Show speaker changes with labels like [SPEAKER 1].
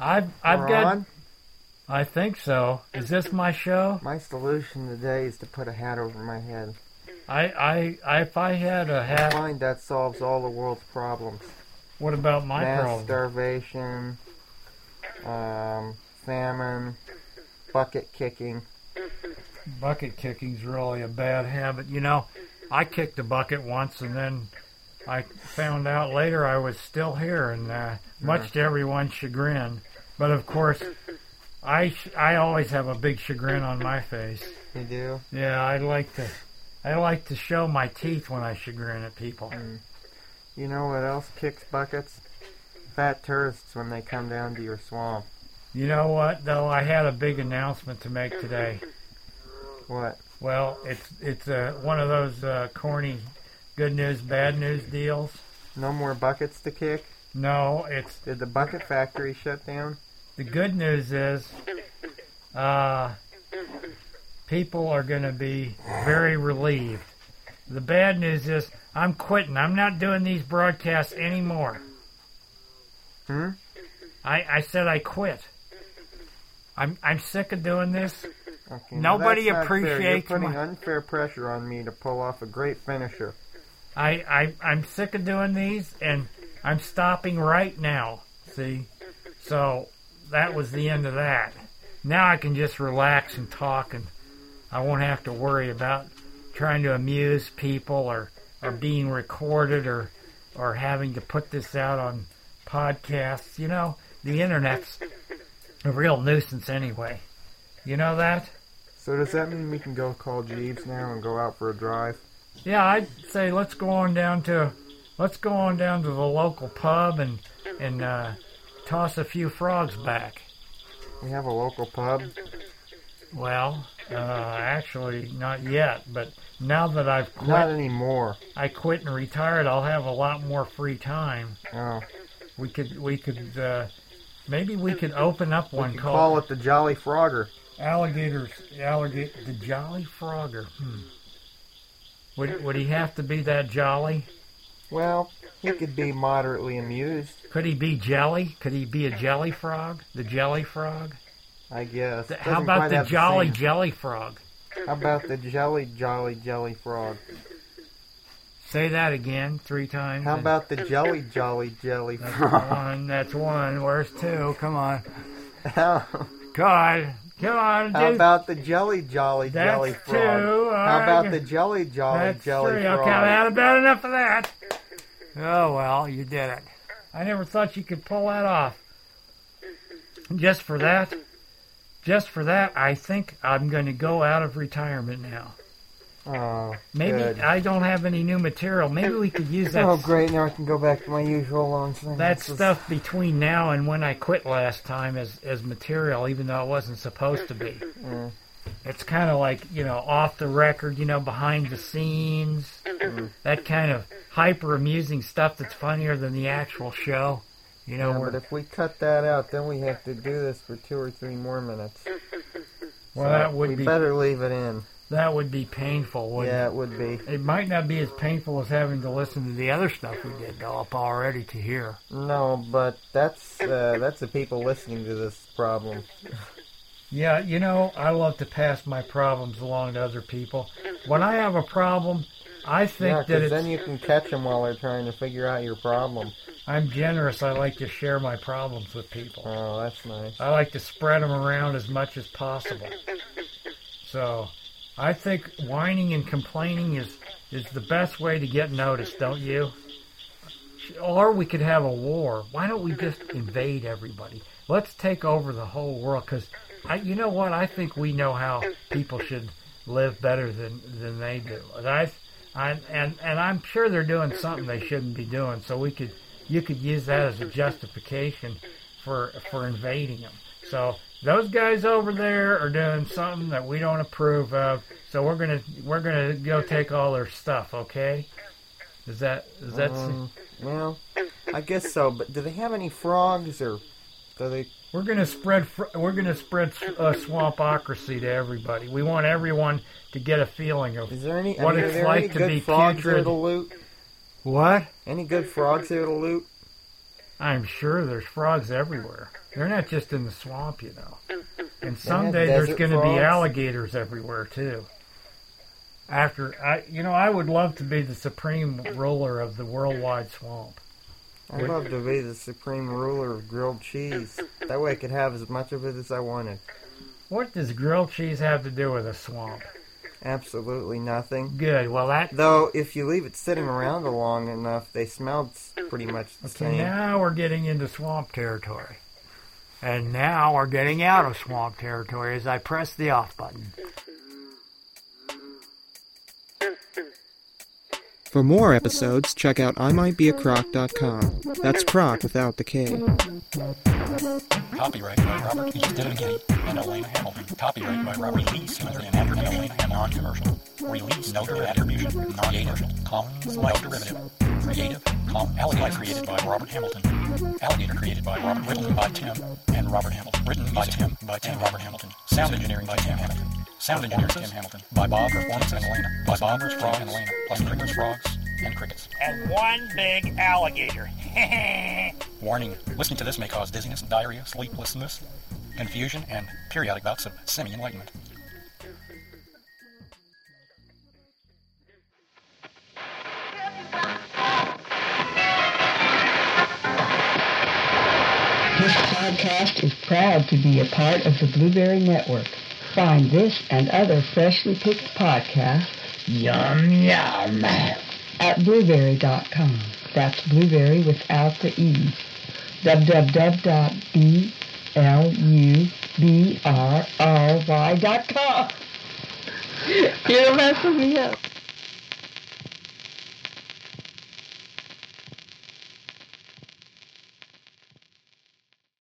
[SPEAKER 1] I've I've
[SPEAKER 2] We're
[SPEAKER 1] got.
[SPEAKER 2] on.
[SPEAKER 1] I think so. Is this my show?
[SPEAKER 2] My solution today is to put a hat over my head.
[SPEAKER 1] I I, I if I had a
[SPEAKER 2] I
[SPEAKER 1] hat,
[SPEAKER 2] find that solves all the world's problems.
[SPEAKER 1] what about my
[SPEAKER 2] Mass
[SPEAKER 1] problem?
[SPEAKER 2] starvation, um, famine, bucket kicking.
[SPEAKER 1] Bucket kicking's really a bad habit. You know, I kicked a bucket once, and then I found out later I was still here, and uh, much to everyone's chagrin. But of course, I sh- I always have a big chagrin on my face.
[SPEAKER 2] You do?
[SPEAKER 1] Yeah, I like to I like to show my teeth when I chagrin at people.
[SPEAKER 2] You know what else kicks buckets? Fat tourists when they come down to your swamp.
[SPEAKER 1] You know what though? I had a big announcement to make today.
[SPEAKER 2] What?
[SPEAKER 1] Well, it's it's uh, one of those uh, corny good news bad news deals.
[SPEAKER 2] No more buckets to kick?
[SPEAKER 1] No, it's
[SPEAKER 2] Did the bucket factory shut down?
[SPEAKER 1] the good news is uh, people are going to be very relieved. The bad news is I'm quitting. I'm not doing these broadcasts anymore.
[SPEAKER 2] Hmm?
[SPEAKER 1] I, I said I quit. I'm I'm sick of doing this.
[SPEAKER 2] Okay, now
[SPEAKER 1] Nobody
[SPEAKER 2] that's not fair. You're
[SPEAKER 1] appreciates
[SPEAKER 2] putting
[SPEAKER 1] my-
[SPEAKER 2] unfair pressure on me to pull off a great finisher.
[SPEAKER 1] I, I I'm sick of doing these, and I'm stopping right now. See, so that was the end of that. Now I can just relax and talk, and I won't have to worry about trying to amuse people or or being recorded or or having to put this out on podcasts. You know, the internet's a real nuisance anyway. You know that?
[SPEAKER 2] So does that mean we can go call Jeeves now and go out for a drive?
[SPEAKER 1] Yeah, I'd say let's go on down to let's go on down to the local pub and and uh, toss a few frogs back.
[SPEAKER 2] We have a local pub.
[SPEAKER 1] Well, uh, actually, not yet. But now that I've
[SPEAKER 2] Not
[SPEAKER 1] quit,
[SPEAKER 2] anymore.
[SPEAKER 1] I quit and retired. I'll have a lot more free time.
[SPEAKER 2] Oh,
[SPEAKER 1] We could we could uh, maybe we could open up one
[SPEAKER 2] you
[SPEAKER 1] called
[SPEAKER 2] call it the Jolly Frogger.
[SPEAKER 1] alligators alligator the Jolly Frogger. Hmm. Would would he have to be that jolly?
[SPEAKER 2] Well, he could be moderately amused,
[SPEAKER 1] Could he be jelly? Could he be a jelly frog? The jelly frog?
[SPEAKER 2] I guess.
[SPEAKER 1] Th- How
[SPEAKER 2] Doesn't
[SPEAKER 1] about
[SPEAKER 2] quite
[SPEAKER 1] the
[SPEAKER 2] have
[SPEAKER 1] jolly
[SPEAKER 2] same-
[SPEAKER 1] jelly frog?
[SPEAKER 2] How about the Jelly Jolly Jelly Frog?
[SPEAKER 1] Say that again three times.
[SPEAKER 2] How
[SPEAKER 1] and-
[SPEAKER 2] about the Jelly Jolly Jelly
[SPEAKER 1] That's
[SPEAKER 2] Frog?
[SPEAKER 1] one? That's one. Where's two? Come on.
[SPEAKER 2] How
[SPEAKER 1] God. Come on.
[SPEAKER 2] how
[SPEAKER 1] dude.
[SPEAKER 2] about the Jelly Jolly
[SPEAKER 1] That's
[SPEAKER 2] Jelly
[SPEAKER 1] two.
[SPEAKER 2] Frog?
[SPEAKER 1] All
[SPEAKER 2] How
[SPEAKER 1] right.
[SPEAKER 2] about the Jelly Jolly
[SPEAKER 1] That's
[SPEAKER 2] Jelly
[SPEAKER 1] three.
[SPEAKER 2] Frog?
[SPEAKER 1] Okay, I had about enough of that. Oh, well, you did it. I never thought you could pull that off. Just for that, just for that, I think I'm going to go out of retirement now.
[SPEAKER 2] Oh,
[SPEAKER 1] Maybe
[SPEAKER 2] good.
[SPEAKER 1] I don't have any new material. Maybe we could use that
[SPEAKER 2] Oh, great! Now I can go back to my usual long thing.
[SPEAKER 1] that stuff between now and when I quit last time is, is material, even though it wasn't supposed to be.
[SPEAKER 2] Mm.
[SPEAKER 1] It's kind of like, you know, off the record, you know, behind the scenes,
[SPEAKER 2] Mm.
[SPEAKER 1] that kind of hyper amusing stuff that's funnier than the actual show. You know,
[SPEAKER 2] Yeah,
[SPEAKER 1] where,
[SPEAKER 2] but if we cut that out, then we have to do this for two or three more minutes.
[SPEAKER 1] well, that
[SPEAKER 2] uh, we
[SPEAKER 1] would be
[SPEAKER 2] better leave it in.
[SPEAKER 1] that would be painful. Wouldn't
[SPEAKER 2] Yeah, it would be.
[SPEAKER 1] it? it might not be as painful as having to listen to the other stuff we did up already to hear.
[SPEAKER 2] No, but that's uh, that's the people listening to this problem.
[SPEAKER 1] Yeah, you know, I love to pass my problems along to other people. When I have a problem, I think
[SPEAKER 2] Yeah,
[SPEAKER 1] that
[SPEAKER 2] because
[SPEAKER 1] it's,
[SPEAKER 2] then you can catch them while they're trying to figure out your problem.
[SPEAKER 1] I'm generous. I like to share my problems with people.
[SPEAKER 2] Oh, that's nice.
[SPEAKER 1] I like to spread them around as much as possible. So I think whining and complaining is, is the best way to get noticed, don't you? Or we could have a war. Why don't we just invade everybody? Let's take over the whole world because you know what? I think we know how people should live better than, than they do. And I, I, and, and I'm sure they're doing something they shouldn't be doing. So we could you could use that as a justification for for invading them. So those guys over there are doing something that we don't approve of. So we're gonna we're gonna go take all their stuff. Okay? Is that is that?
[SPEAKER 2] Um, well, I guess so. But do they have any frogs or do they?
[SPEAKER 1] We're gonna spread. fr- We're gonna spread uh, swampocracy to everybody. We want everyone to get a feeling of
[SPEAKER 2] Is there any? I
[SPEAKER 1] What
[SPEAKER 2] mean, are
[SPEAKER 1] it's
[SPEAKER 2] there
[SPEAKER 1] like
[SPEAKER 2] any
[SPEAKER 1] to
[SPEAKER 2] good
[SPEAKER 1] be
[SPEAKER 2] frogs there
[SPEAKER 1] putrid.
[SPEAKER 2] to loot?
[SPEAKER 1] what?
[SPEAKER 2] Any good frogs there to loot?
[SPEAKER 1] I'm sure there's frogs everywhere. They're not just in the swamp, you know. And someday
[SPEAKER 2] desert
[SPEAKER 1] there's going to be
[SPEAKER 2] frogs?
[SPEAKER 1] alligators everywhere too. After I, you know, I would love to be the supreme ruler of the worldwide swamp.
[SPEAKER 2] I'd
[SPEAKER 1] Wait.
[SPEAKER 2] love to be the supreme ruler of grilled cheese. That way I could have as much of it as I wanted.
[SPEAKER 1] What does grilled cheese have to do with a swamp?
[SPEAKER 2] Absolutely nothing.
[SPEAKER 1] Good. Well, that
[SPEAKER 2] Though, if you leave it sitting around long enough, they smelled s- pretty much the
[SPEAKER 1] okay,
[SPEAKER 2] same.
[SPEAKER 1] now we're getting into swamp territory, and now we're getting out of swamp territory as I press the off button.
[SPEAKER 3] For more episodes, check out imightbeacroc.com. That's croc without the K.
[SPEAKER 4] Copyright by Robert E. Stivigate and Elaine Hamilton. Copyright by Robert E. Stivigate and Andrew Elaine and non-commercial. Release no direct attribution, non-commercial, commons, no derivative. Creative, com, alligator created by Robert Hamilton. Alligator created by Robert, written by Tim and Robert Hamilton. Written by Tim, by Tim and Robert Hamilton. Sound engineering by Tim Hamilton. Sound engineer Tim Hamilton. By Bob Performance and Elena. By Bob Frogs and Elena. Plus Crickets, Frogs, and Crickets.
[SPEAKER 5] And one big alligator.
[SPEAKER 4] Warning, listening to this may cause dizziness, diarrhea, sleeplessness, confusion, and periodic bouts of semi-enlightenment.
[SPEAKER 6] This podcast is proud to be a part of the Blueberry Network. Find this and other freshly picked podcasts, yum yum, at blueberry.com. That's blueberry without the E. www.blueberry.com. You're messing me up.